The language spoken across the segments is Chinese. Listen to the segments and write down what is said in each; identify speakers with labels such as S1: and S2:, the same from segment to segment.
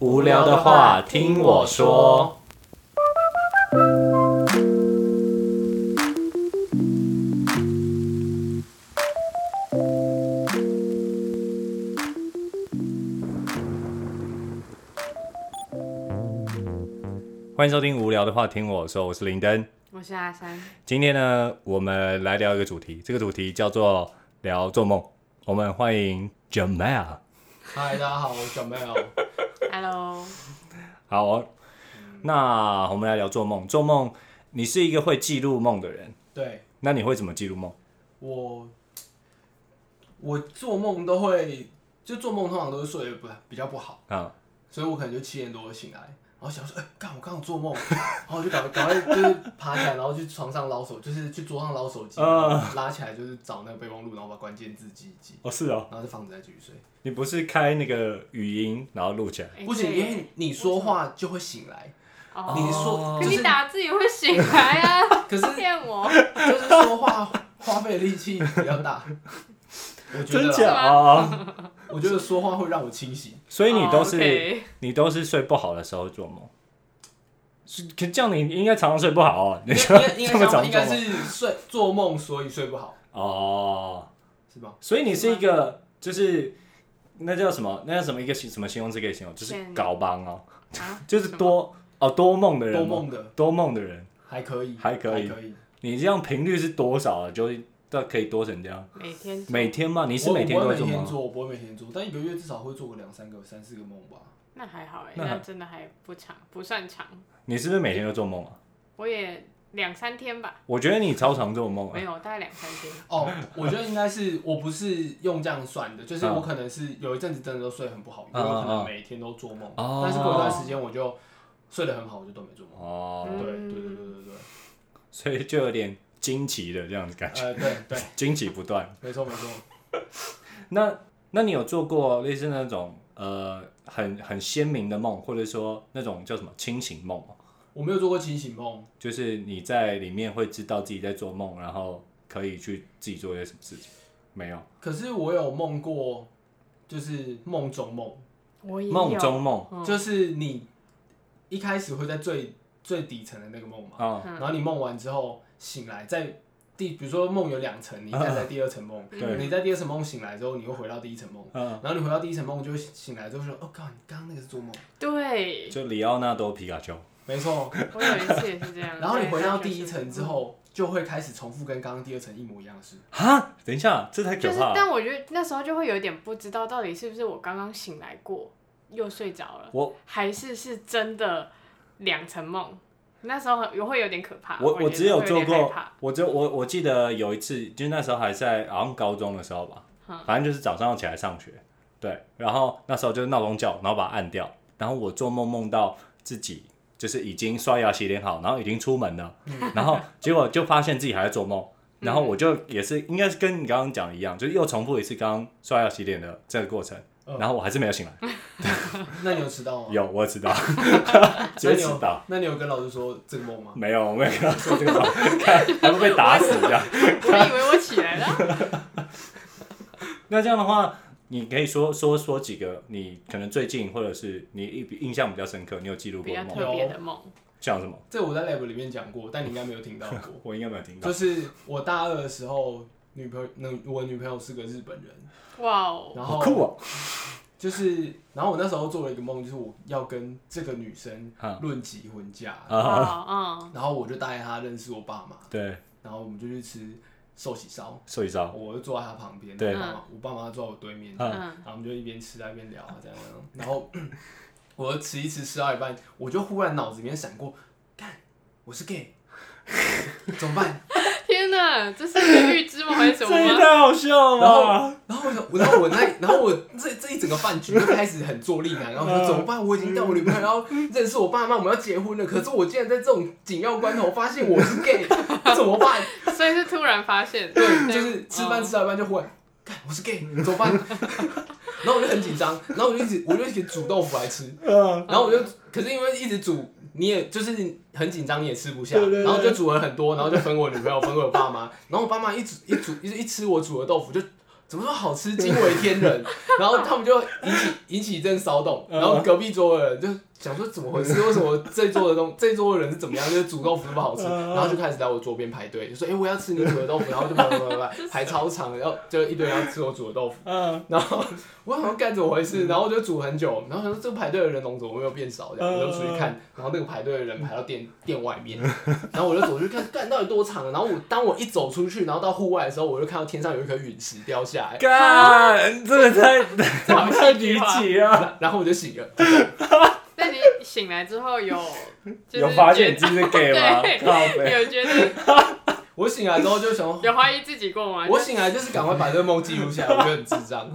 S1: 无聊的话听我说。欢迎收听《无聊的话听我说》，我是林登。
S2: 我是阿三，
S1: 今天呢，我们来聊一个主题，这个主题叫做聊做梦。我们欢迎 Jamal。
S3: 嗨，大家好，我是小 Mel。
S2: Hello，
S1: 好、哦，那我们来聊做梦。做梦，你是一个会记录梦的人，
S3: 对
S1: 那你会怎么记录梦？
S3: 我，我做梦都会，就做梦通常都是睡得不比较不好，
S1: 啊、
S3: 所以我可能就七点多就醒来，然后想说，哎、干我刚刚做梦，然后我就赶快赶快就是爬起来，然后去床上捞手，就是去桌上捞手机，
S1: 嗯
S3: 拉起来就是找那个备忘录，然后把关键字记一记，
S1: 哦，是哦，
S3: 然后就放着再继续睡。
S1: 你不是开那个语音然后录起来？
S3: 不行，因为你说话就会醒来，
S2: 哎哦
S3: 你说
S2: 可
S3: 就是
S2: 你打字也会醒来 啊，
S3: 可是
S2: 骗我
S3: 就是说话花费的力气比较大。我觉得
S1: 真假
S3: 啦，
S1: 啊？
S3: 我觉得说话会让我清醒。
S1: 所以你都是、
S2: 哦，OK
S1: 你都是睡不好的时候做梦，是可这样你应该常常睡不好哦。 你
S3: 应
S1: 说
S3: 该应
S1: 这
S3: 该
S1: 么
S3: 相
S1: 早
S3: 反应
S1: 做
S3: 该
S1: 梦
S3: 是睡做梦，所以睡不好，
S1: 哦，
S3: 是吧？
S1: 所以你是一个就是那叫什么？那叫什么一个形什么形容词可以形容？就是
S2: 骗人
S1: 搞帮哦，
S2: 啊，
S1: 就是多哦多梦的人
S3: 多
S1: 吗，
S3: 梦的
S1: 多梦的人。
S3: 还可以，
S1: 还可以
S3: 还可以。
S1: 你这样频率是多少啊？就是到可以多成这样？
S2: 每天
S1: 每天吗？你
S3: 你
S1: 是每天都会做啊
S3: 我不会每天
S1: 吗？
S3: 做，我不会每天做，但一个月至少会做个两三个、三四个梦吧。
S2: 那还好哎，
S1: 那还
S2: 那真的还不长，不算长，
S1: 你是不是每天都做梦啊？
S2: 我也两三天吧，
S1: 我觉得你超常做梦、
S2: 没
S1: 啊。
S2: 有，大概两三天，
S3: 哦，我觉得应该是我不是用这样算的，就是
S1: 嗯
S3: 我可能是有一阵子真的都睡得很不好，
S1: 嗯嗯
S3: 我有可能每天都做梦，
S1: 哦
S3: 但是过一段时间我就睡得很好，我就都没做梦。
S1: 哦，
S3: 对对
S2: 嗯
S3: 对对对对，
S1: 所以就有点惊奇的这样子感觉，
S3: 呃对对，
S1: 惊奇不断。
S3: 没错没错。
S1: 那那你有做过类似那种呃很很鲜明的梦，或者说那种叫什么清醒梦吗？
S3: 我没有做过清醒梦，
S1: 就是你在里面会知道自己在做梦，然后可以去自己做一些什么事情？没有，
S3: 可是我有梦过，就是梦中梦。
S2: 我也有
S1: 梦中梦
S2: 嗯
S3: 就是你一开始会在最最底层的那个梦嘛，
S1: 啊，
S3: 然后你梦完之后醒来，在第比如说梦有两层，你站在第二层梦，
S1: 对
S3: 你在第二层梦醒来之后，你会回到第一层梦，
S1: 嗯、
S3: 然后你回到第一层梦就会醒来之后说，哦靠，你刚刚那个是做梦，
S2: 对，
S1: 就里奥纳多皮卡丘，
S3: 没错，
S2: 我有一次也是这样，
S3: 然后你
S2: 对
S3: 回到第一层之。后。就会开始重复跟刚刚第二层一模一样的事，
S1: 哈，等一下，这太
S2: 就
S1: 可
S2: 是，
S1: 怕了。
S2: 但我觉得那时候就会有一点不知道到底是不是我刚刚醒来过又睡着了，
S1: 我
S2: 还是是真的两层梦。那时候很我会有点可怕，
S1: 我
S2: 我
S1: 我只有做
S2: 觉得会有点
S1: 过
S2: 害怕，
S1: 我只有我我记得有一次，就是那时候还在好像高中的时候吧，
S2: 嗯
S1: 反正就是早上要起来上学，对，然后那时候就是闹钟叫，然后把它按掉，然后我做梦梦到自己就是已经刷牙洗脸好，然后已经出门了， 然后结果就发现自己还在做梦，
S2: 嗯
S1: 然后我就也是应该是跟你刚刚讲的一样，就是又重复一次刚刚刷牙洗脸的这个过程，
S3: 嗯
S1: 然后我还是没有醒来，
S3: 那你有迟到吗？
S1: 有我知道，直
S3: 那
S1: 接
S3: 你
S1: 知
S3: 有
S1: 道。
S3: 那你有跟老师说这个梦吗？
S1: 没有，我没有跟他说这个 话，看还会被打死这样。
S2: 我以为我起来 了。
S1: 那这样的话，你可以说说说几个你可能最近或者是你印印象比较深刻，你有记录
S2: 比
S1: 过
S2: 较
S1: 的梦，
S2: 特别的 梦，
S1: 像什么？
S3: 这我在 lab 里面讲过，但你应该没有听到过。
S1: 我应该没有听到
S3: 就。是我大二的时候，女朋友，那我女朋友是个日本人，
S2: 哇哦！
S3: 然
S1: 好
S3: 后
S1: 酷哦！
S3: 就是，然后我那时候做了一个梦，就是我要跟这个女生
S1: 啊
S3: 论及婚嫁，
S1: 啊，
S2: 哦
S3: 然后我就带她认识我爸妈，
S1: 对，
S3: 然后我们就去吃寿喜烧，
S1: 睡着
S3: 我就坐在她旁边，
S1: 嗯对
S3: 我爸妈我爸妈坐在我对面，
S1: 啊
S2: 嗯
S3: 然
S2: 嗯，
S3: 后我们就一边吃在一边聊啊，这样这样，然后我就吃一吃吃到一半，我就忽然脑子里面闪过，干，我是 gay，怎么办？
S2: 天哪，这是一个预知梦还 是什么
S1: 这也
S2: 吗？
S1: 太好笑
S3: 然
S1: 了
S3: 后。然后我就，然后我那，然后我这这一整个饭局就开始很坐立难，然后我说怎么办？我已经带我女朋友要认识我爸妈，我们要结婚了，可是我竟然在这种紧要关头发现我是 gay，怎么办？
S2: 所以是突然发现，
S3: 对，就是吃饭
S2: 哦
S3: 吃到一半就忽然，看我是 gay，怎么办？ 然后我就很紧张，然后我就一直我就一直煮豆腐来吃，
S1: 嗯，
S3: 然后我就，可是因为一直煮，你也就是很紧张，你也吃不下，
S1: 对对对
S3: 然后就煮了很多，然后就分我女朋友，分我爸妈，然后我爸妈一煮一煮一一吃我煮的豆腐就。怎么说好吃，惊为天人。然后他们就一起引起一阵骚动，然后隔壁桌的人就想说怎么回事？为什么这桌的东这桌的人是怎么样？就是煮豆腐那么好吃，
S1: 嗯
S3: 然后就开始在我桌边排队，就说哎、我要吃你煮的豆腐，然后就排排排排排超长，然后就一堆人要吃我煮的豆腐，
S1: 嗯，
S3: 然后我想说干怎么回事？然后我就煮很久，然后想说这个排队的人龙怎么没有变少？这样
S1: 嗯
S3: 我就出去看，然后那个排队的人排到店店外面，然后我就走出去看，干到底多长？啊然后我当我一走出去，然后到户外的时候，我就看到天上有一颗陨石掉下来，
S1: 干，这个太啊
S2: 好
S1: 太
S2: 戏剧
S1: 离
S2: 化
S1: 奇了。
S3: 然后我就醒了。
S2: 那你醒来之后 有就是
S1: 有发现你
S2: 觉
S1: 自己是 gay 吗？
S2: 对
S1: 靠
S2: 得
S1: 北
S2: 有觉得
S3: 我醒来之后就想说，
S2: 有怀疑自己过吗？
S3: 我
S2: 就
S3: 醒来就是赶快把这个梦记录下来，我觉得很智障，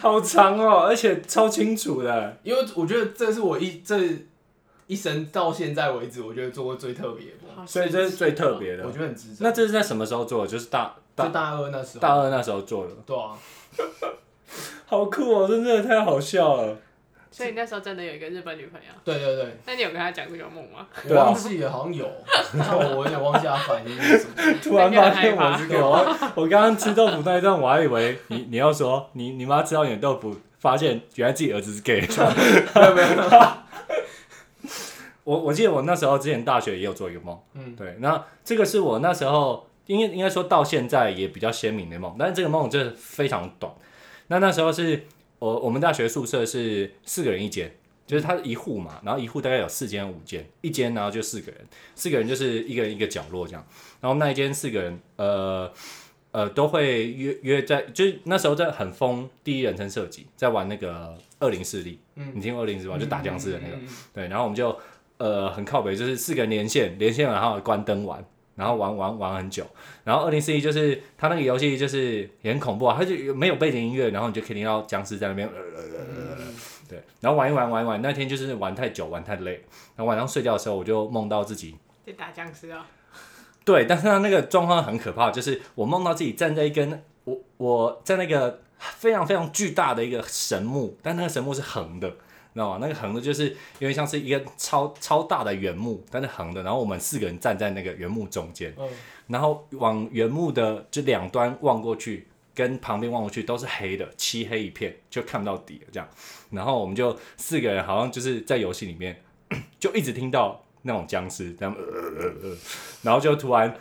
S1: 好长哦，而且超清楚的。
S3: 因为我觉得这是我一这一生到现在为止，我觉得做过最特别的梦，
S2: 好
S1: 所以这是最特别的
S3: 我。觉得很智障。
S1: 那这是在什么时候做的？就是大
S3: 就
S1: 大
S3: 大二那时候，
S1: 大二那时候做的，
S3: 对啊，
S1: 好酷哦！真的太好笑 了。
S2: 所以你那时候真的有一个日本女朋友，
S3: 对对对，
S2: 那你有跟她讲这个梦吗？
S3: 我
S1: 啊
S3: 忘记了，好像有，但我有点忘记他反应是什么。
S1: 突然发现我是 gay，我我刚刚吃豆腐那一段，我还以为你你要说你你妈吃到你的豆腐，发现原来自己儿子是 gay。
S3: 没有没有，
S1: 我我记得我那时候之前大学也有做一个梦，
S3: 嗯，
S1: 对，那这个是我那时候应该应该说到现在也比较鲜明的梦，但是这个梦真的非常短。那那时候是我我们大学宿舍是四个人一间，就是它一户嘛，然后一户大概有四间五间，一间然后就四个人，四个人就是一个人一个角落这样。然后那一间四个人，呃呃，都会约约在，就是那时候在很疯第一人称射击，在玩那个二零四力，
S3: 嗯
S1: 你听过二零四吧？就打僵尸的那个。
S3: 嗯，嗯嗯
S1: 对，然后我们就呃很靠北，就是四个人连线，连线完然后关灯玩，然后玩玩玩很久。然后二零四一就是它那个游戏就是也很恐怖啊，它就没有背景音乐，然后你就可以听到僵尸在那边、呃呃呃呃
S3: 嗯
S1: 呃
S2: 嗯
S1: 对，然后玩一玩玩一玩，那天就是玩太久，玩太累，然后晚上睡觉的时候我就梦到自己。
S2: 在打僵尸啊？
S1: 对，但是他那个状况很可怕，就是我梦到自己站在一根我我在那个非常非常巨大的一个神木，但那个神木是横的，你知道吗？那个横的就是有点像是一个超超大的原木，但是横的，然后我们四个人站在那个原木中间，
S3: 嗯
S1: 然后往原木的这两端望过去，跟旁边望过去都是黑的，漆黑一片，就看不到底了这样。然后我们就四个人好像就是在游戏里面，就一直听到那种僵尸在那边呃呃呃呃，然后就突然。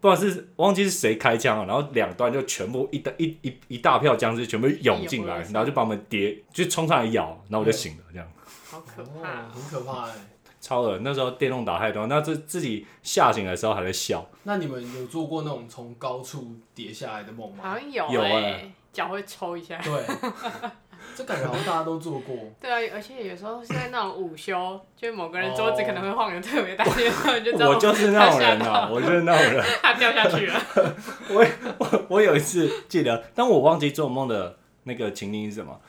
S1: 不知道是忘记是谁开枪了，然后两端就全部一大一一一大票僵尸全部涌进来
S2: 涌过，去
S1: 然后就把我们叠，就冲上来咬，然后我就醒了，这样
S2: 好可怕
S3: 哦，
S2: 哦！
S3: 很可怕哎。
S1: 超恶。那时候电动打太多，那自自己吓醒的时候还在笑，
S3: 那你们有做过那种从高处跌下来的梦
S2: 好
S3: 吗？
S2: 像有
S1: 有
S2: 哎
S1: 欸，
S2: 脚会抽一下。
S3: 对，这感觉好像大家都做过。
S2: 对啊，而且有时候是在那种午休，就是某个人桌子可能会晃的特别大，然后你就知道
S1: 我就是那种人
S2: 他吓
S1: 啊，
S2: 到
S1: 我就是那种人。
S2: 他掉下去了。
S1: 我有一次记得，但我忘记做梦的那个情景是什么。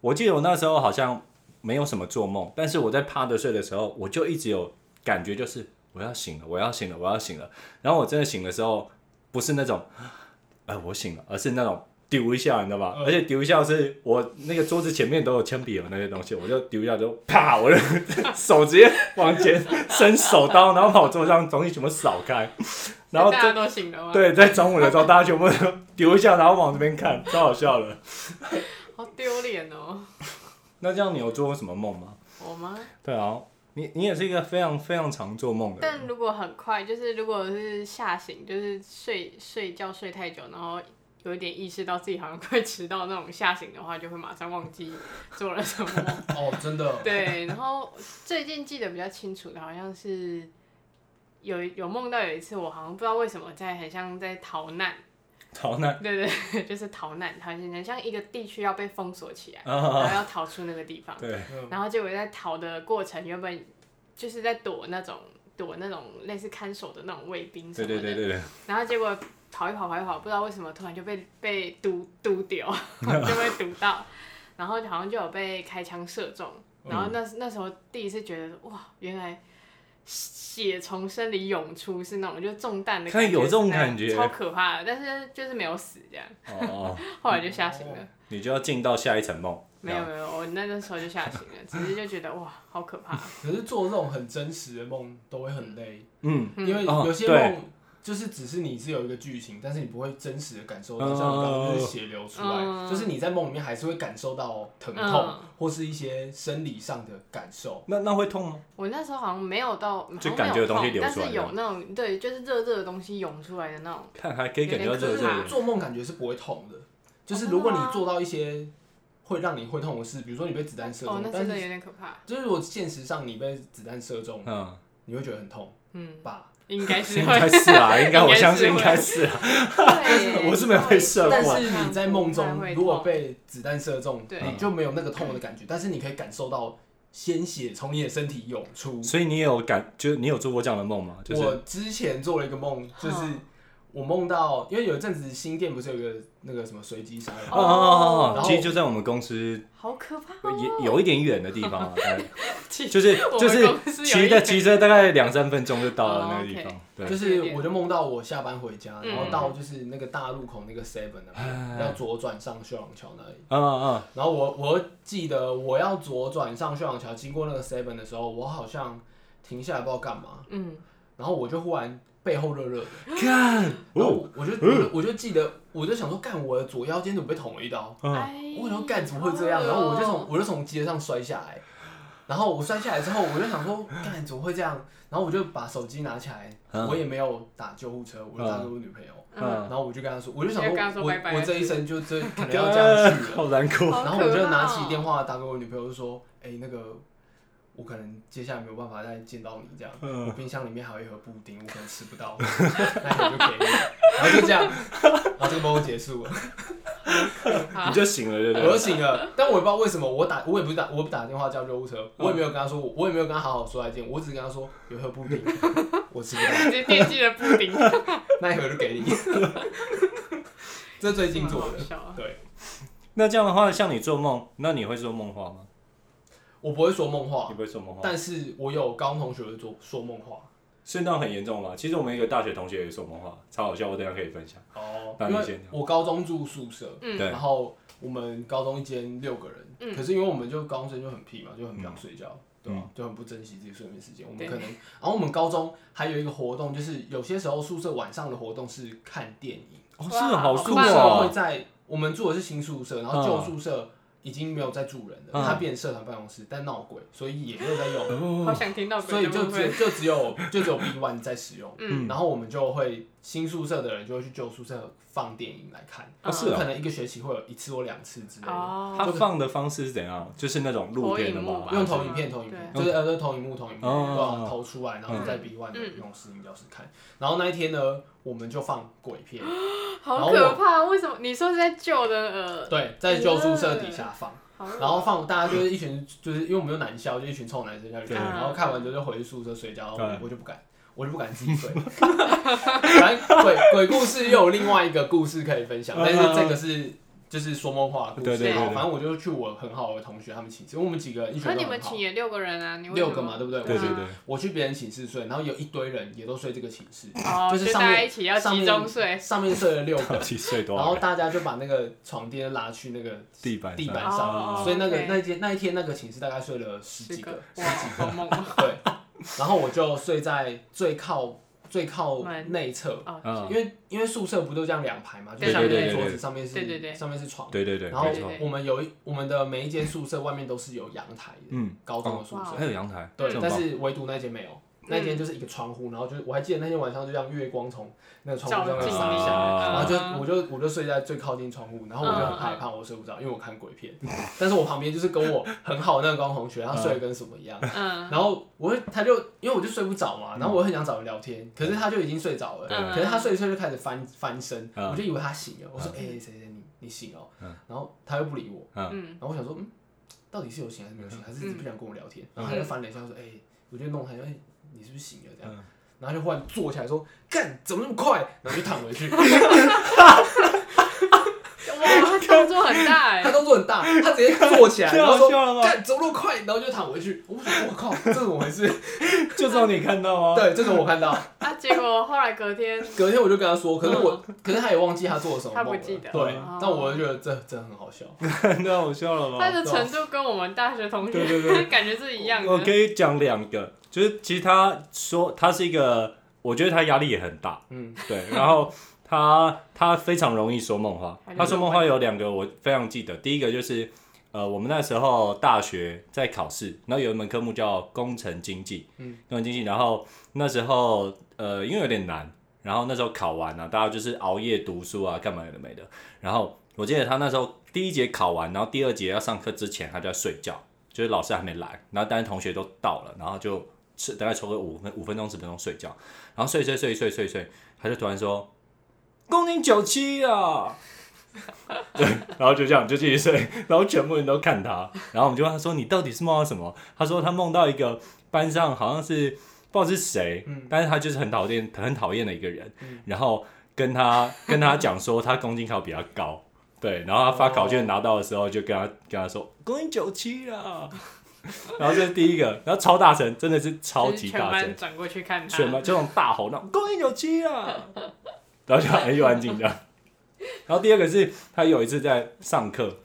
S1: 我记得我那时候好像没有什么做梦，但是我在趴着睡的时候，我就一直有感觉，就是我要醒了，我要醒了，我要醒了。然后我真的醒的时候，不是那种， 哎、我醒了，而是那种丢一下，你知道吧？
S3: 嗯
S1: 而且丢一下是我那个桌子前面都有铅笔有那些东西，我就丢一下就啪，我就 手直接往前伸手刀，然后把我桌上东西全部扫开， 然后
S2: 大
S1: 这
S2: 家都醒了 吗？，
S1: 对，在中午的时候，大家全部都丢一下，然后往这边看，超好笑了。
S2: 好丢脸哦。
S1: 那这样你有做过什么梦吗？
S2: 我吗？
S1: 对啊，你你也是一个非常非常常做梦的
S2: 但
S1: 人。
S2: 如果很快，就是如果是吓醒，就是睡睡觉睡太久，然后有一点意识到自己好像快迟到那种吓醒的话，就会马上忘记做了什么梦。
S3: 哦，真的，
S2: 对，然后最近记得比较清楚的，好像是有有梦到有一次，我好像不知道为什么在很像在逃难，
S1: 逃难
S2: 对对对， 就是逃难，好像很像一个地区要被封锁起来，然
S1: 啊，
S2: 后要逃出那个地 方。
S1: 对，
S3: 嗯
S2: 然后结果在逃的过程，原本就是在躲那种躲那种类似看守的那种卫兵什
S1: 对
S2: 么的，
S1: 对对对对，
S2: 然后结果跑一跑跑一跑，不知道为什么突然就被被堵堵掉， 就被堵到，然后好像就有被开枪射中，然后
S1: 嗯
S2: 那那时候第一次觉得哇，原来。血从身里涌出是那种就中弹的感觉，
S1: 看有这种
S2: 是那
S1: 感觉
S2: 超可怕的，但是就是没有死这样，
S1: 哦哦，
S2: 后来就吓醒了。
S1: 你就要进到下一层梦。
S2: 没有没有，我那那时候就吓醒了，只是就觉得哇，好可怕。
S3: 可是做这种很真实的梦都会很累，
S1: 嗯，
S3: 因为
S1: 哦
S3: 有些
S1: 对
S3: 梦就是只是你是有一个剧情，但是你不会真实的感受到，像你刚
S1: 哦
S3: 刚就是血流出来，
S2: 嗯
S3: 就是你在梦里面还是会感受到疼痛、
S2: 嗯
S3: 或是一些生理上的感受。
S1: 那那会痛吗？
S2: 我那时候好像没有到，好
S1: 就
S2: 像没
S1: 感觉有东西
S2: 痛
S1: 流
S2: 但
S1: 出来
S2: 是
S1: 这
S2: 有
S1: 样
S2: 那种对，就是热热的东西涌出来的那种。
S1: 看还可以感觉到
S2: 有
S1: 热
S2: 点
S1: 热
S2: 可
S1: 的，
S3: 做梦感觉是不会痛的，就是如果你做到一些会让你会痛的事，比如说你被子弹射中，
S2: 哦，那
S3: 但
S2: 真的
S3: 是
S2: 有点可怕。
S3: 就是如果现实上你被子弹射中，
S1: 嗯，
S3: 你会觉得很痛
S2: 嗯，
S3: 吧？
S2: 应该是
S1: 应
S2: 会
S1: 该。是 啊，应该我
S2: 应该是
S1: 相信应
S2: 会
S1: 该是啊，
S2: 对
S1: 我是没有被射过
S3: 但是你在梦中如果被子弹射中，
S2: 对
S3: 你就没有那个痛的感觉，但是你可以感受到鲜血从你的身体涌出。
S1: 所以你有感，就是你有做过这样的梦吗？就是
S3: 我之前做了一个梦，就是
S2: 嗯
S3: 我梦到，因为有一阵子新店不是有个那个什么随机杀人
S1: 哦哦哦哦
S3: 然后
S1: 其实就在我们公司
S2: 好可怕哦！
S1: 也有一点远的地方 啊，对
S2: 其
S1: 就是
S2: 我们
S1: 就是
S2: 公司有
S1: 骑
S2: 一
S1: 着
S2: 点
S1: 骑车大概两三分钟就到了那个地
S2: 哦
S1: 方
S2: ，OK，
S1: 对，
S3: 就是我就梦到我下班回家，
S2: 嗯
S3: 然后到就是那个大路口那个 Seven 那边，
S1: 啊
S3: 要左转上秀朗桥那里。
S1: 嗯嗯
S3: 然后我我记得我要左转上秀朗桥，经过那个 Seven 的时候，我好像停下来不知道干嘛，
S2: 嗯，
S3: 然后我就忽然背后热热的，
S1: 嗯，看
S3: 然后
S1: 哦，
S3: 我我就我就我就记得我就想说，干我的左腰间怎么被捅了一刀？
S1: 嗯，
S2: 哎
S3: 我想说干怎么会这样？然后我就从我就从街上摔下来，然后我摔下来之后，我就想说干怎么会这样？然后我就把手机拿起来，
S1: 嗯
S3: 我也没有打救护车，我就打给我女朋友。
S1: 嗯
S3: 然后我就跟他说，我就想
S2: 你就跟他
S3: 说
S2: 说
S3: 我，
S2: 拜拜
S3: 我这一生就这可能要这样去了。
S1: 好难 过，
S2: 好可怕哦哦
S3: 然后我就拿起电话打给我女朋友，就说：“哎、那个，我可能接下来没有办法再见到你这样。
S1: 嗯
S3: 我冰箱里面还有一盒布丁，我可能吃不到， 那你就给你。”然后就这样，然后这个梦就结束了，
S1: 你就醒了，对不
S3: 嗯我就
S1: 对？
S3: 醒了。但我也不知道为什么，我打我也不是打，我不打电话叫救护车，我也没有跟他说，我也没有跟他好好说再见，我只是跟他说有一盒布丁，我吃不到，
S2: 直接惦记了布丁，
S3: 那一盒就给你。 这最近做的
S2: 蛮好笑，
S3: 对。
S1: 那这样的话，像你做梦，那你会说梦话吗？
S3: 我不会说梦话
S1: 你，不会说梦话，
S3: 但是我有高中同学会做说梦话。
S1: 是那种很严重吗？其实我们有一个大学同学也说梦话，超好笑，我等一下可以分享。
S3: 哦
S1: 那你
S3: 因
S1: 先
S3: 为
S1: 讲
S3: 我高中住宿舍，
S2: 嗯
S1: 对
S3: 然后我们高中一间六个人，
S2: 嗯
S3: 可是因为我们就高中生就很屁嘛，就很不想睡觉，对吧、
S1: 嗯
S3: 就很不珍惜自己睡眠时间。我们
S2: 对
S3: 可能，然后我们高中还有一个活动，就是有些时候宿舍晚上的活动是看电影，
S1: 哦，
S2: 哇
S1: 是哦好
S2: 好
S1: 酷
S3: 宿
S2: 棒
S3: 舍会
S1: 哦！
S3: 在我们住的是新宿舍，然后旧宿舍。已经没有在住人了，
S1: 嗯
S3: 它变成社团办公室，但闹鬼，所以也没有在 用。
S2: 好想听到鬼
S3: 嗯所以就
S2: 的部分
S3: 只就只有就只有 B One 在使用，
S2: 嗯
S3: 然后我们就会新宿舍的人就会去旧宿舍放电影来看，
S1: 哦是哦
S3: 可能一个学期会有一次或两次之类的，
S2: 哦，
S1: 他放的方式是怎样？就是那种露天的
S2: 投影幕
S1: 吗？
S2: 吧
S3: 用投影片投影片，
S1: 对
S3: 就是呃就是投影幕投影片，
S1: 哦嗯
S3: 对吧？投出来，然后就在 B One 的那种视听教室看，然后那一天呢，我们就放鬼片，
S2: 好可怕！为什么你说是在旧的呃，
S3: 对，在旧宿舍底下放。
S2: 好
S3: 然后放大家就是一群，就是因为我们有男校，就一群臭男生下去
S1: 对
S3: 看，然后看完之后就回宿舍睡觉，然后
S1: 对
S3: 我就不敢，我就不敢自己睡。 反正鬼鬼故事又有另外一个故事可以分享，
S1: 嗯
S3: 但是这个是就是说梦话的故
S1: 对
S3: 事。
S1: 对
S2: 对
S3: 然后
S1: 对
S3: 反正我就去我很好的同学他们寝室，因为我们几个人一群
S2: 那
S3: 人
S2: 你
S3: 都
S2: 们
S3: 很好
S2: 寝，也六个人啊，你为什么
S3: 六个嘛，对不对？
S1: 对对
S3: 我去
S1: 对，
S3: 我去别人寝室睡，然后有一堆人也都睡这个寝室，
S2: 哦，
S3: 就是上
S2: 大家
S3: 面
S2: 一起要
S3: 上
S2: 集
S3: 面
S2: 中睡，
S3: 上面睡了 六个
S1: 到，底睡多
S3: 然
S1: 少
S3: 后
S1: 人？
S3: 大家就把那个床垫拉去那个
S1: 地板
S3: 地板
S1: 上
S3: 上
S2: 哦
S3: 所以那个
S2: OK
S3: 那一天那一天那个寝室大概睡了十
S2: 十
S3: 几个
S2: 个，哇，好 梦哦
S3: 对，然后我就睡在最靠最靠
S2: 门
S3: 内侧，
S2: 哦
S1: 嗯
S3: 因为因为宿舍不都这样两排嘛，就
S2: 对
S3: 下面
S2: 对
S3: 是
S1: 对
S3: 桌
S1: 对
S3: 子，上面是
S2: 对对对
S3: 上面是床，
S1: 嗯对对对，
S3: 然后
S1: 没错
S2: 对，
S3: 我们有一我们的每一间宿舍外面都是有阳台的，
S1: 嗯，
S3: 高中的宿
S2: 哦嗯
S3: 舍，
S1: 还有阳台，
S3: 对
S1: 这，么
S3: 但
S1: 棒
S3: 是唯独那间没有。那间就是一个窗户，然后就是我还记得那天晚上就让月光从那个窗户上
S2: 照
S3: 面
S2: 进
S3: 洒
S1: 来
S3: 下来，
S1: 嗯
S3: 然后就
S2: 啊
S3: 我就我就睡在最靠近窗户，然后我就
S2: 嗯
S3: 很害怕，我睡不着，因为我看鬼片。 但是我旁边就是跟我很好的那个高中同学，他睡得跟什么一样，
S2: 嗯，
S3: 然后我会，他就因为我就睡不着嘛，然后我很想找人聊天，可是他就已经睡着了，
S2: 嗯
S3: 可是他睡一睡就开始翻翻身，
S1: 嗯
S3: 我就以为他醒了，我说哎谁谁你你醒了，然后他又不理我，
S2: 嗯，
S3: 然后我想说嗯，到底是有醒还是没有醒，还是一直不想跟我聊天，然
S2: 嗯
S3: 后他就翻了一下说哎，我就弄他说哎你是不是醒了这样
S1: 嗯，
S3: 然后就忽然坐起来说干怎么那么快，然后就躺回去，
S2: 哇，他动作很大
S3: 他
S2: 哎，
S3: 动作很大，他直接坐起 来，
S1: 太
S3: 然后
S1: 好嗯笑了
S3: 说
S1: 吧
S3: 干怎么那么快，然后就躺回去，我说我 靠这怎么回事？
S1: 就只有你看到吗？
S3: 对，这个我看 到。
S2: 啊，结果后来隔 天，
S3: 隔天我就跟他说，可是我，可是他也忘记他做了什么梦了。
S2: 他不记得
S3: 对
S2: 哦，
S3: 那我就觉得这真的很好笑。
S1: 对，太好笑了
S2: 他
S1: 吧？
S2: 的啊程度跟我们大学同
S1: 啊对对对
S2: 学感觉是一样
S1: 我
S2: 的，
S1: 可以讲两个，就是其实他说他是一个我觉得他压力也很大，
S3: 嗯，
S1: 对，然后他他非常容易说梦话
S2: 他，就
S1: 他说梦话有两个我非常记得，第一个就是呃，我们那时候大学在考试，然后有一门科目叫工程经济，
S3: 嗯，
S1: 工程经济，然后那时候呃，因为有点难，然后那时候考完了、大家就是熬夜读书啊，干嘛有的没的，然后我记得他那时候第一节考完，然后第二节要上课之前，他就在睡觉，就是老师还没来，然后但是同学都到了，然后就吃大概抽个五分五分钟十分钟睡觉，然后睡睡睡睡睡睡，他就突然说：“公斤九七啊！” 对，然后就这样就继续睡，然后全部人都看他，然后我们就问他说：“你到底是梦到什么？”他说他梦到一个班上好像是不知道是谁，
S3: 嗯
S1: 但是他就是很讨厌很讨厌的一个人，
S3: 嗯
S1: 然后跟他跟他讲说他公斤考比较高，对，然后他发考卷拿到的时候就跟他跟他说公斤九七啊， 然后这是第一个，然后超大声，真的是超
S2: 就是
S1: 级
S2: 全
S1: 大声
S2: 班，转过去看他，
S1: 全班就那种大吼那种公斤九七啊， 然后就很又安静这样。然后第二个是他有一次在上课，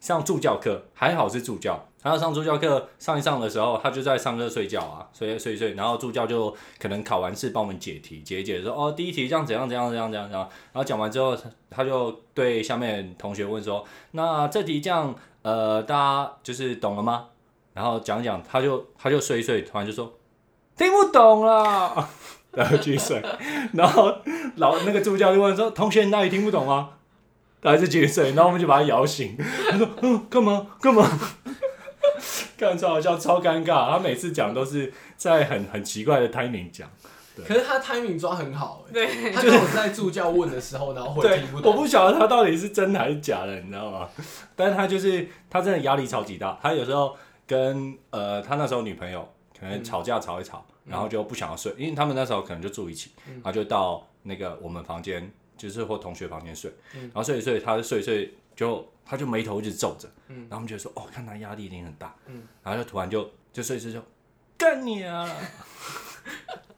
S1: 上助教课，还好是助教。然后上助教课上一上的时候，他就在上课睡觉啊，睡睡睡。然后助教就可能考完试帮我们解题，解一解说哦，第一题这样怎样怎样怎样怎样怎样。然后讲完之后，他就对下面同学问说：“那这题这样，呃，大家就是懂了吗？”然后讲一讲，他就他就睡一睡，突然就说：“听不懂啊啦， 然后继续睡，然后老那个助教就问说：“同学，你哪里听不懂吗？”他还是继续睡，然后我们就把他摇醒。他说：“嗯，干嘛干嘛？” 干超好笑，超尴尬。他每次讲都是在很很奇怪的 timing 讲，
S3: 可是他 timing 抓很好、欸，
S2: 对，
S3: 他跟我在助教问的时候，然后会
S1: 对
S3: 听，不
S1: 我
S3: 懂。
S1: 不晓得他到底是真的还是假的，你知道吗？ 但是他就是他真的压力超级大，他有时候跟呃他那时候女朋友可能吵
S3: 嗯
S1: 架吵一吵，然后就不想要睡，因为他们那时候可能就住一起，
S3: 嗯
S1: 然后就到那个我们房间，就是或同学房间睡，
S3: 嗯
S1: 然后睡一睡，他就睡一睡就他就眉头一直皱着，
S3: 嗯
S1: 然后我们觉得说哦，看他压力一定很大，
S3: 嗯
S1: 然后就突然就就睡一睡就干你啊！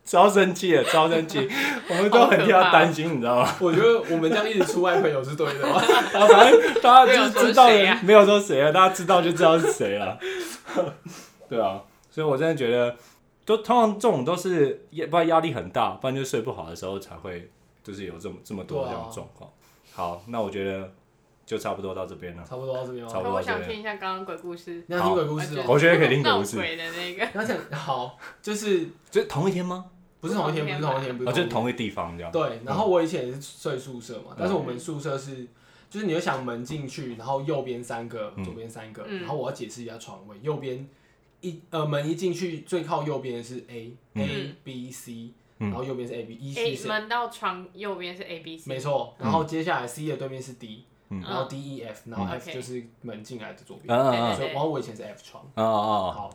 S1: 超生气的，超生气，我们都很替他担心，你知道吗？
S3: 我觉得我们这样一直出卖朋友是对的 吗？
S1: 然后啊反正大家就是知道
S2: 没有说谁啊
S1: 人，没有说谁啊，大家知道就知道是谁了。 对啊，所以我真的觉得，都通常这种都是也不然压力很大，不然就睡不好的时候才会，就是有这么这么多
S3: 对啊
S1: 这种状况。好，那我觉得就差不多到这边了。
S3: 差不多到这边
S1: 差不
S3: 吗？
S1: 多
S2: 我想听一下刚刚鬼故事，
S3: 你要听鬼故事
S2: 好
S3: 哦、
S1: 我觉得可以听
S2: 闹
S1: 故事，
S2: 鬼的那个，
S3: 你要讲好，就是
S1: 就是同一天吗？
S3: 不是同一天，不是同一天，不
S1: 啊，
S3: 是
S1: 就是
S3: 一天。
S1: 同一个地方这样。
S3: 对，然后我以前也是睡宿舍嘛，
S1: 嗯
S3: 但是我们宿舍是，就是你就想门进去，然后右边三个，
S1: 嗯
S3: 左边三个，
S2: 嗯
S3: 然后我要解释一下床位，右边一呃门一进去最靠右边的是 A
S1: 嗯
S3: A B C，
S1: 嗯
S3: 然后右边是 A B 依序
S2: A
S3: 是，
S2: 门到床右边是 A B C，
S3: 没错，然后接下来 C 的对面是 D，
S1: 嗯
S3: 然后 D E F，然后 F
S2: OK
S3: 就是门进来的左边，
S1: 嗯嗯
S3: 所以然后我以前是 F 床，
S1: 嗯哦
S3: 好，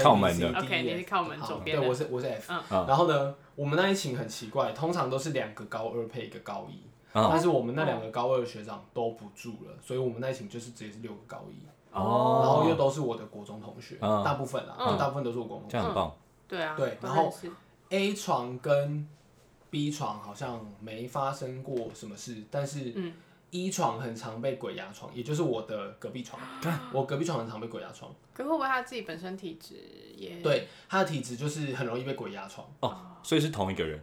S1: 靠门的
S3: A B C D E
S2: OK，
S3: F
S2: 你是靠门左边的
S3: 好对，我是我是 F，
S2: 嗯
S1: 嗯
S3: 然后呢，我们那一寝很奇怪，通常都是两个高二配一个高一。
S1: 哦
S3: 但是我们那两个高二的学长都不住了，所以我们那一群就是直接是六个高一，然
S1: 哦
S3: 后又都是我的国中同学，
S1: 嗯
S3: 大部分啦，
S2: 嗯
S3: 大部分都是我国中
S1: 这样很棒。
S2: 对啊，
S3: 对然后
S2: 后是
S3: A 床跟 B 床好像没发生过什么事，但是
S2: 嗯
S3: E 床很常被鬼压床，也就是我的隔壁 床，我隔壁床很常被鬼压床，
S2: 可会不会他自己本身体质也
S3: 对，他的体质就是很容易被鬼压床，
S1: 哦所以是同一个人，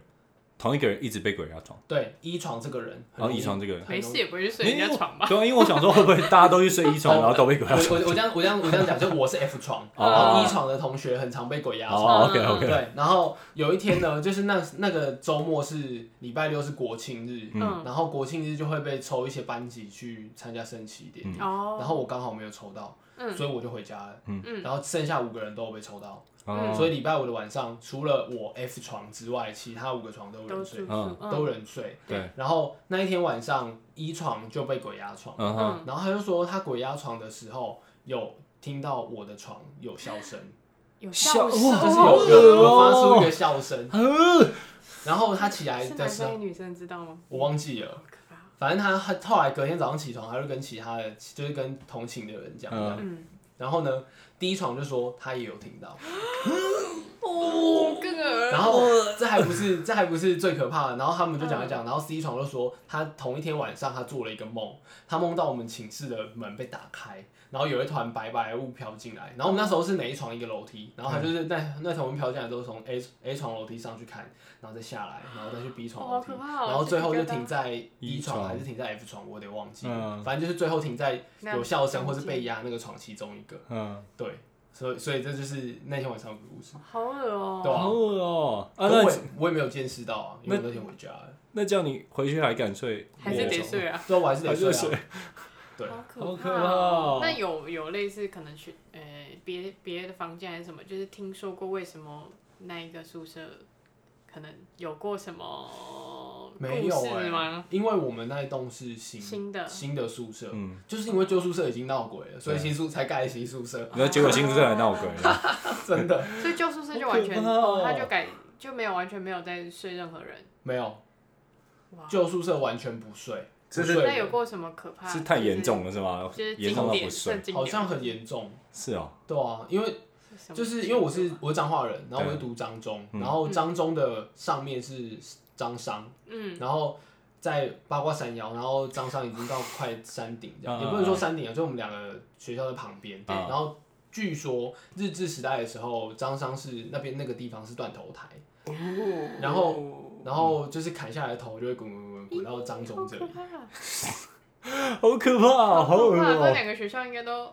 S1: 同一个人一直被鬼压床。
S3: 对，E 床这个人，很
S1: 然后
S3: 容易
S1: 遗传这个人，
S2: 没事也不会去睡
S1: 因
S2: 人
S1: 为
S2: 家
S1: 我
S2: 床吧？
S1: 对啊，因为我想说会不会大家都去睡一床，然后都被鬼
S3: 我
S1: 压床。
S3: 我我这样我这样我这样讲，就我是 F 床，
S1: 哦
S3: 然后 E 床的同学很常被鬼压床。
S1: 哦，OK OK，
S3: 对，然后有一天呢，就是那那个周末是礼拜六是国庆日，
S2: 嗯
S3: 然后国庆日就会被抽一些班级去参加升旗典礼，
S2: 哦，
S3: 然后我刚好没有抽到，
S2: 嗯
S3: 所以我就回家了。
S2: 嗯
S3: 然后剩下五个人都有被抽到，
S1: 哦，
S3: 所以礼拜五的晚上，除了我 F 床之外，其他五个床都有
S2: 都嗯
S3: 人
S2: 住
S3: 睡，
S2: 宿，
S1: 嗯
S3: 都有人睡。
S1: 对，
S3: 然后那一天晚上一床就被鬼压床，
S1: 嗯哼，
S2: 嗯
S3: 然后他就说他鬼压床的时候有听到我的床有笑 声，
S2: 有
S1: 笑
S2: 笑
S1: 哇
S2: 声，
S1: 哦
S3: 就是有有有发出一个笑声，然后他起来
S2: 是
S3: 的
S2: 男
S3: 时候
S2: 生。跟女生知道吗？
S3: 我忘记了，
S2: 可怕，
S3: 反正他他后来隔天早上起床，他就跟其他的，就是跟同寝的人讲这样。
S2: 嗯，
S3: 然后呢，第一床就说他也有听到，
S2: 我哦，更 恶
S3: 然后这还不是这还不是最可怕的，然后他们就讲一讲，
S2: 嗯
S3: 然后 C 床就说他同一天晚上他做了一个梦，他梦到我们寝室的门被打开，然后有一团白白的雾飘进来，然后我们那时候是每一床一个楼梯，然后他
S2: 嗯
S3: 就是那那团雾飘进来都是从 A A 床楼梯上去看，然后再下来，然后再去 B 床楼梯，
S2: 哦好可怕哦
S3: 然后最后就停在
S1: E
S3: E
S1: 床
S3: 床还是停在 F 床，我得忘记了，
S1: 嗯
S3: 反正就是最后停在有笑声或是
S2: 那
S3: 被压那个床其中一个，
S1: 嗯，
S3: 对，所以所以这就是那天晚上的故事。
S2: 好恶哦、
S3: 对啊
S1: 好恶哦、啊，
S3: 可我
S1: 那
S3: 也我也没有见识到啊，因为我那天回家了，
S1: 那叫你回去还敢睡？
S2: 还是得睡啊，
S3: 对啊，我还是得
S1: 还是得
S3: 睡
S1: 睡
S3: 啊。对，
S2: 好可
S1: 好
S2: 怕
S1: 可怕哦
S2: 那有有类似可能去呃别别的房间还是什么，就是听说过为什么那一个宿舍可能有过什么
S3: 没有
S2: 故
S3: 哎、
S2: 事吗？
S3: 因为我们那一栋是新
S2: 新的
S3: 新的宿舍，
S1: 嗯，
S3: 就是因为旧宿舍已经闹鬼了，所以
S1: 对嗯
S3: 新宿才盖新宿舍，
S1: 然后结果新宿舍还闹鬼
S2: 啊
S1: 了，
S3: 真的
S2: 所以旧宿舍就完全，
S1: 好可怕哦
S2: 哦、他就改就没有完全没有在睡任何人。
S3: 没有
S2: 哇，
S3: 旧宿舍完全不睡，
S1: 这
S3: 不
S1: 是
S3: 睡
S2: 那有
S3: 人，
S2: 过什么可怕？
S1: 啊是太严，重了是吗？
S2: 就是
S1: 严
S2: 经
S1: 重到不
S2: 典
S1: 睡
S2: 圣，经
S3: 好像很严重。
S1: 是哦、
S3: 对啊，因为
S2: 什么
S3: 就是因为我是我是彰化人，然后我
S1: 对
S3: 是读彰中，
S1: 嗯
S3: 然后彰中的上面是彰商，
S2: 嗯
S3: 然后在八卦山腰，然后张商已经到快山顶这样，
S1: 嗯
S3: 也不能说山顶啊，就我们两个学校的旁边。
S1: 嗯
S3: 然后据说日治时代的时候，张商是那边那个地方是断头台，
S2: 哦
S3: 然后然后就是砍下来的头就会滚滚滚滚到张中这
S2: 好
S3: 里
S2: 可。怕
S1: 好可怕哦、好
S2: 可
S1: 恶
S2: 怕！这
S1: 哦、
S2: 两个学校应该都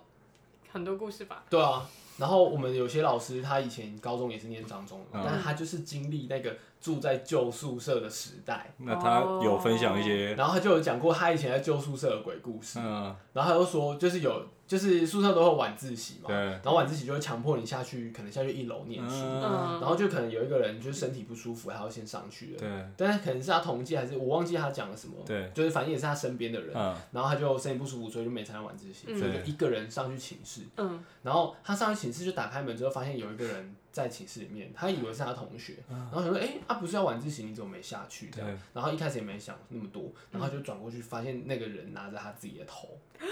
S2: 很多故事吧？
S3: 对啊，然后我们有些老师他以前高中也是念张中的，
S1: 嗯
S3: 但他就是经历那个住在旧宿舍的时代，
S1: 那他有分享一
S2: 哦
S1: 些，
S3: 然后他就有讲过他以前在旧宿舍的鬼故事。
S1: 嗯，
S3: 然后他又说，就是有，就是宿舍都会有晚自习嘛，
S1: 对
S3: 然后晚自习就会强迫你下去，可能下去一楼念书，
S1: 嗯
S2: 嗯，
S3: 然后就可能有一个人就是身体不舒服，他要先上去了，
S1: 对
S3: 但是可能是他同届还是我忘记他讲了什么，
S1: 对，
S3: 就是反正也是他身边的人，
S1: 嗯，
S3: 然后他就身体不舒服，所以就没参加晚自习，
S2: 嗯
S3: 所以就一个人上去寝室，
S2: 嗯，
S3: 然后他上去寝室就打开门之后，发现有一个人在寝室里面，他以为是他同学，然后想说，哎、他不是要晚自习，你怎么没下去？
S1: 嗯
S3: 这
S1: 对
S3: 样，然后一开始也没想那么多，然后他就转过去发现那个人拿着他自己的头。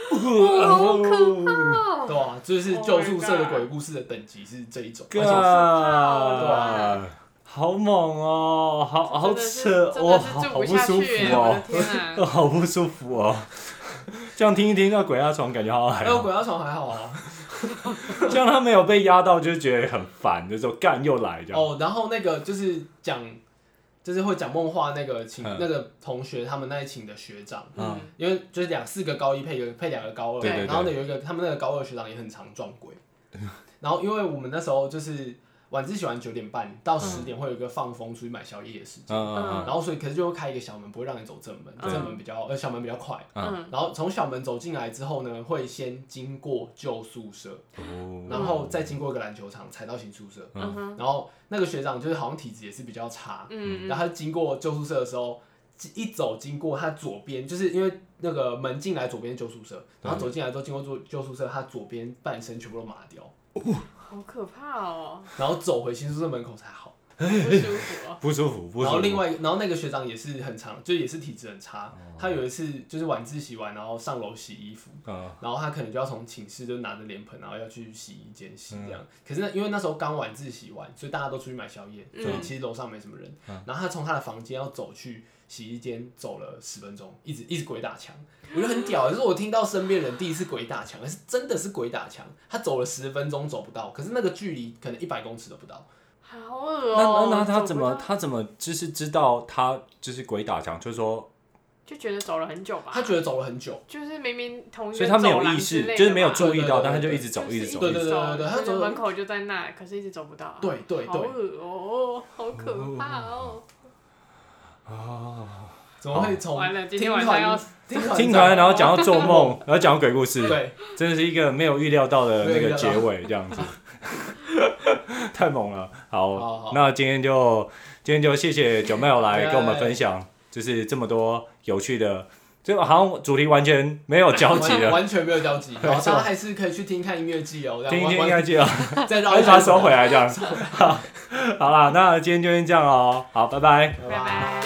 S2: 好可怕哦！
S3: 对啊，就是
S2: Oh my
S3: 旧宿舍的鬼故事的等级是这一种，
S2: 哦
S3: 而且
S1: God，好猛哦、好好扯
S2: 真
S1: 哇，
S2: 的是
S1: 好
S2: 真的是住
S1: 好
S2: 不
S1: 不
S2: 下
S1: 舒
S2: 去
S1: 服
S2: 耶，我的
S1: 哦、
S2: 天啊！
S1: 哦 好不舒服哦、 这样听一听那鬼压床，感觉好好
S3: 还
S1: 嗨
S3: 有
S1: 哦、
S3: 鬼压床还好啊。
S1: 这样他没有被压到，就觉得很烦，就说干又来这样。
S3: 哦，然后那个就是讲，就是会讲梦话那个寝
S1: 嗯
S3: 那个同学他们那一寝的学长，
S1: 嗯
S2: 嗯，
S3: 因为就是两四个高一配一个配两个高二，
S1: 对对对
S3: 然后呢有一个他们那个高二学长也很常撞鬼，然后因为我们那时候就是晚自习完九点半到十点会有一个放风出去买宵夜的时间，
S1: 嗯嗯
S3: 然后所以可是就会开一个小门，不会让你走正门，
S1: 对
S3: 正门比较呃小门比较快。
S1: 嗯
S2: 嗯
S3: 然后从小门走进来之后呢，会先经过旧宿舍，
S1: 嗯，
S3: 然后再经过一个篮球场，才到新宿舍。
S2: 哦嗯哼，
S3: 然后那个学长就是好像体质也是比较差，
S2: 嗯
S3: 然后他经过旧宿舍的时候，一走经过他左边，就是因为那个门进来左边是旧宿舍，
S2: 嗯
S3: 然后走进来之后经过旧旧宿舍，他左边半身全部都麻
S2: 哦
S3: 掉，
S2: 好可怕哦，
S3: 然后走回新宿舍门口才好。
S2: 不舒服哦。
S1: 不舒服，不舒服。
S3: 然后另外，然后那个学长也是很长，就也是体质很差。他有一次就是晚自习完，然后上楼洗衣服，
S1: 嗯，
S3: 然后他可能就要从寝室就拿着脸盆，然后要去洗衣间洗这样。可是那因为那时候刚晚自习完，所以大家都出去买宵夜，所以其实楼上没什么人。然后他从他的房间要走去洗衣间，走了十分钟，一直一直鬼打墙，我觉得很屌。欸就是我听到身边人第一次鬼打墙，是真的是鬼打墙。他走了十分钟走不到，可是那个距离可能一百公尺都不到。
S2: 好恶
S1: 那
S2: 哦
S1: 那！那他
S2: 走
S1: 怎
S2: 不
S1: 么
S2: 到
S1: 他怎么就是知道他就是鬼打墙，就是说，
S2: 就觉得走了很久吧？
S3: 他觉得走了很久。
S2: 就是明明同一
S1: 所
S2: 个
S1: 以他没有
S2: 走廊
S1: 意
S2: 之
S1: 识
S2: 类，的
S1: 就是没有
S2: 吧
S1: 注意到，
S3: 对对对
S1: 但他就一
S3: 对
S1: 直走，
S2: 就是
S1: 一
S2: 一
S1: 直
S2: 直
S1: 走，
S2: 走，
S1: 一直走。
S3: 对对对对他
S2: 就是
S3: 走
S2: 门口就在那，可是一直走不到。
S3: 对对
S2: 好
S3: 对，
S2: 恶哦，好可怕哦！
S3: 怎么会从
S2: 完了今天
S3: 听
S2: 晚上
S3: 团
S2: 要
S3: 听团
S1: 听团，然后讲到做梦， 然后讲到鬼故事，
S3: 对，
S1: 真的是一个没有预料到的那
S3: 没有预
S1: 个
S3: 料到
S1: 结尾，这样子， 太猛了。好，
S3: 好好
S1: 那今天就今天就谢谢九妹来跟我们
S3: 对
S1: 分享，就是这么多有趣的，就好像主题完全没有交集
S3: 完
S1: 了。
S3: 完全没有交集。
S1: 错
S3: 然后大家还是可以去听看音乐季哦，这样
S1: 听一听
S3: 完
S1: 应该记得，
S3: 完再绕
S1: 还
S3: 一
S1: 是 把它
S3: 下
S1: 收回来这样。好，好啦，那今天就先这样哦，好，拜拜。
S2: 拜拜。